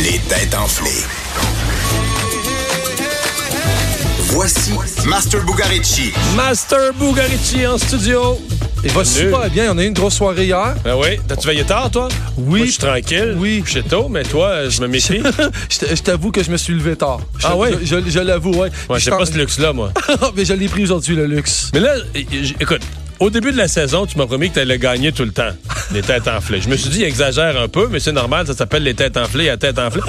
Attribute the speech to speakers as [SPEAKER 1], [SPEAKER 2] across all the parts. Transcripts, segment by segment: [SPEAKER 1] Les têtes enflées. Voici Master Bugarici.
[SPEAKER 2] Master Bugarici en studio.
[SPEAKER 3] Il va super bien. On a eu une grosse soirée hier.
[SPEAKER 2] Ben oui, t'as-tu veillé tard, toi? Moi, je suis tranquille.
[SPEAKER 3] Oui.
[SPEAKER 2] Je suis tôt, mais toi, je me méfie.
[SPEAKER 3] Je t- je t'avoue que je me suis levé tard. Je-
[SPEAKER 2] Ah ouais?
[SPEAKER 3] Je, je- je l'avoue, ouais.
[SPEAKER 2] Moi,
[SPEAKER 3] Je
[SPEAKER 2] j'ai
[SPEAKER 3] t'en-
[SPEAKER 2] pas ce luxe-là, moi.
[SPEAKER 3] Mais je l'ai pris aujourd'hui, le luxe.
[SPEAKER 2] Mais là, é- é- écoute, au début de la saison, tu m'as promis que t'allais gagner tout le temps, les têtes enflées. Je me suis dit, il exagère un peu, mais c'est normal, ça s'appelle les têtes enflées à tête enflée.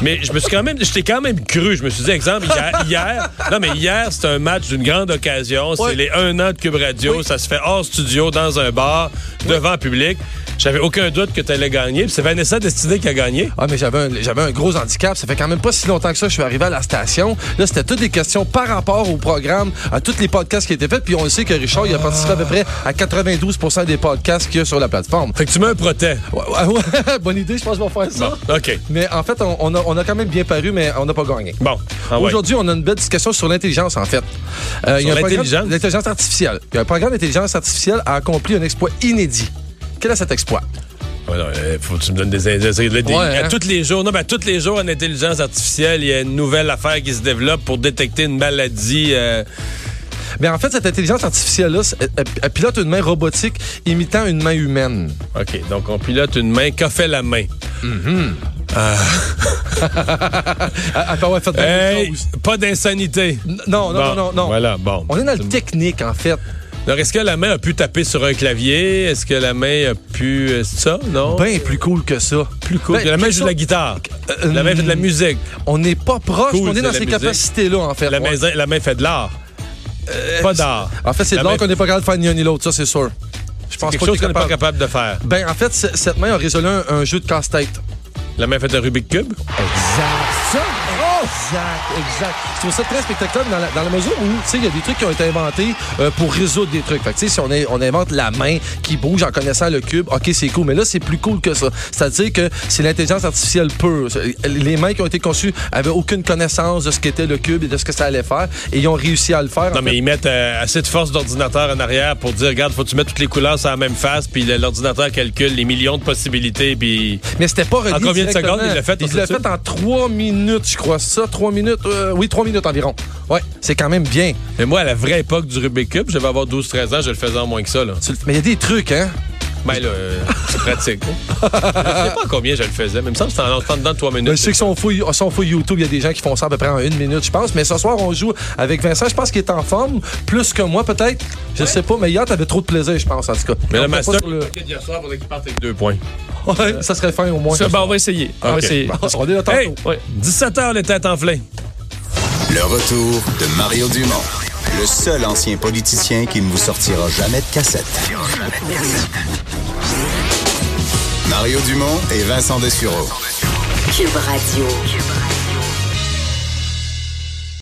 [SPEAKER 2] Mais je me suis quand même, je t'ai quand même cru. Je me suis dit, exemple, hier, hier- non, mais hier, c'était un match d'une grande occasion. C'est
[SPEAKER 3] Ouais.
[SPEAKER 2] les un an de Cube Radio. Ça se fait hors studio, dans un bar, devant public. J'avais aucun doute que t'allais gagner. Puis C'est Vanessa Destinée qui a gagné.
[SPEAKER 3] Ah, mais j'avais un, j'avais un gros handicap. Ça fait quand même pas si longtemps que ça que je suis arrivé à la station. Là, c'était toutes des questions par rapport au programme, à tous les podcasts qui étaient faits. Puis on le sait que Richard, il a participé à peu près à 92 des podcasts qu'il y a sur la plateforme.
[SPEAKER 2] Fait que tu mets un protège.
[SPEAKER 3] Ouais, ouais, ouais. bonne idée, je pense que je vais faire ça.
[SPEAKER 2] OK.
[SPEAKER 3] Mais en fait, on, on a, on a quand même bien paru, mais on n'a pas gagné.
[SPEAKER 2] Bon. Ah ouais.
[SPEAKER 3] Aujourd'hui, on a une belle discussion sur l'intelligence, en fait. Euh, il y a un programme-
[SPEAKER 2] l'intelligence?
[SPEAKER 3] L'intelligence artificielle. Il y a un programme d'intelligence artificielle a accompli un exploit inédit. Quel est cet exploit?
[SPEAKER 2] Ouais, non, euh, faut que tu me donnes des indices. Là, des-
[SPEAKER 3] Ouais,
[SPEAKER 2] à
[SPEAKER 3] hein.
[SPEAKER 2] tous les jours, non, ben, à tous les jours, en intelligence artificielle, il y a une nouvelle affaire qui se développe pour détecter une maladie. euh,
[SPEAKER 3] Mais en fait, cette intelligence artificielle-là, c'est- elle, elle pilote une main robotique imitant une main humaine.
[SPEAKER 2] OK, donc on pilote une main. Qu'a fait la main?
[SPEAKER 3] Elle, Ah, elle peut avoir fait plein de
[SPEAKER 2] Hey,
[SPEAKER 3] choses.
[SPEAKER 2] pas d'insanité.
[SPEAKER 3] N- Non, non,
[SPEAKER 2] Bon,
[SPEAKER 3] non, non, non.
[SPEAKER 2] Voilà, bon.
[SPEAKER 3] On est dans le technique, en fait.
[SPEAKER 2] Alors, est-ce que la main a pu taper sur un clavier? Est-ce que la main a pu... euh, c'est ça, non?
[SPEAKER 3] Bien plus cool que ça.
[SPEAKER 2] plus cool.
[SPEAKER 3] ben,
[SPEAKER 2] la main
[SPEAKER 3] quelque
[SPEAKER 2] joue de la
[SPEAKER 3] chose-
[SPEAKER 2] guitare.
[SPEAKER 3] Euh,
[SPEAKER 2] la main fait de la musique.
[SPEAKER 3] On n'est pas proche,
[SPEAKER 2] Cool,
[SPEAKER 3] on est
[SPEAKER 2] c'est
[SPEAKER 3] dans
[SPEAKER 2] la
[SPEAKER 3] ces
[SPEAKER 2] musique.
[SPEAKER 3] capacités-là, en fait.
[SPEAKER 2] La,
[SPEAKER 3] Ouais. Euh,
[SPEAKER 2] maison- la main fait de l'art. pas d'art.
[SPEAKER 3] En fait, c'est
[SPEAKER 2] La
[SPEAKER 3] de l'art
[SPEAKER 2] main-
[SPEAKER 3] qu'on n'est pas capable de faire ni un ni l'autre, ça, c'est sûr. Je pense
[SPEAKER 2] Quelque
[SPEAKER 3] pas
[SPEAKER 2] chose
[SPEAKER 3] qu'on
[SPEAKER 2] qu'on n'est pas capable de faire.
[SPEAKER 3] Ben, en fait, c- cette main a résolu un, un jeu de casse-tête.
[SPEAKER 2] La main fait un Rubik's Cube.
[SPEAKER 3] Exact. Ça, exact, Oh! exact. Je trouve ça très spectaculaire dans la, dans la mesure où, tu sais, il y a des trucs qui ont été inventés euh, pour résoudre des trucs. Fait que, tu sais, si on, est- on invente la main qui bouge en connaissant le cube, OK, c'est cool. Mais là, c'est plus cool que ça. C'est-à-dire que c'est l'intelligence artificielle pure. C'est- Les mains qui ont été conçues avaient aucune connaissance de ce qu'était le cube et de ce que ça allait faire. Et ils ont réussi à le faire. en
[SPEAKER 2] Non, mais ils mettent euh, assez de force d'ordinateur en arrière pour dire, regarde, faut que tu mettes toutes les couleurs sur la même face, puis le- l'ordinateur calcule les millions de possibilités, puis...
[SPEAKER 3] Mais c'était pas relié
[SPEAKER 2] En combien de
[SPEAKER 3] directement.
[SPEAKER 2] secondes il l'a fait, on
[SPEAKER 3] Il
[SPEAKER 2] sait
[SPEAKER 3] l'a
[SPEAKER 2] ça?
[SPEAKER 3] fait en trois minutes, je crois. Ça, trois minutes. euh, oui, trois minutes environ. Ouais, c'est quand même bien.
[SPEAKER 2] Mais moi, à la vraie époque du Rubik's Cube, j'avais avoir 12-13 ans, je le faisais en moins que ça, là.
[SPEAKER 3] Tu le- Mais il y a des trucs, hein?
[SPEAKER 2] Ben là, euh, c'est pratique. hein. je sais pas combien je le faisais, mais il me semble que c'était en longtemps dedans de 3
[SPEAKER 3] Ben, Je
[SPEAKER 2] minutes.
[SPEAKER 3] sais que si on fouille, si on fouille YouTube, il y a des gens qui font ça à peu près en une minute, je pense. Mais ce soir, on joue avec Vincent. Je pense qu'il est en forme, plus que moi, peut-être. Je sais pas, mais hier, t'avais trop de plaisir, je pense, en tout cas.
[SPEAKER 2] Mais
[SPEAKER 3] On fait pas
[SPEAKER 2] le master,
[SPEAKER 3] sur le-
[SPEAKER 2] d'hier soir, faudrait qu'il parte avec deux points.
[SPEAKER 3] Ouais, ça serait fin au moins.
[SPEAKER 4] Ça, ben, on va essayer. On va
[SPEAKER 2] Ok.
[SPEAKER 4] essayer.
[SPEAKER 3] Bon, on est là tantôt.
[SPEAKER 2] Hey!
[SPEAKER 4] Ouais.
[SPEAKER 2] 17h, les têtes enflées.
[SPEAKER 1] Le retour de Mario Dumont, le seul ancien politicien qui ne vous sortira jamais de cassette. Mario Dumont et Vincent Dessureau.
[SPEAKER 5] Cube Radio. Cube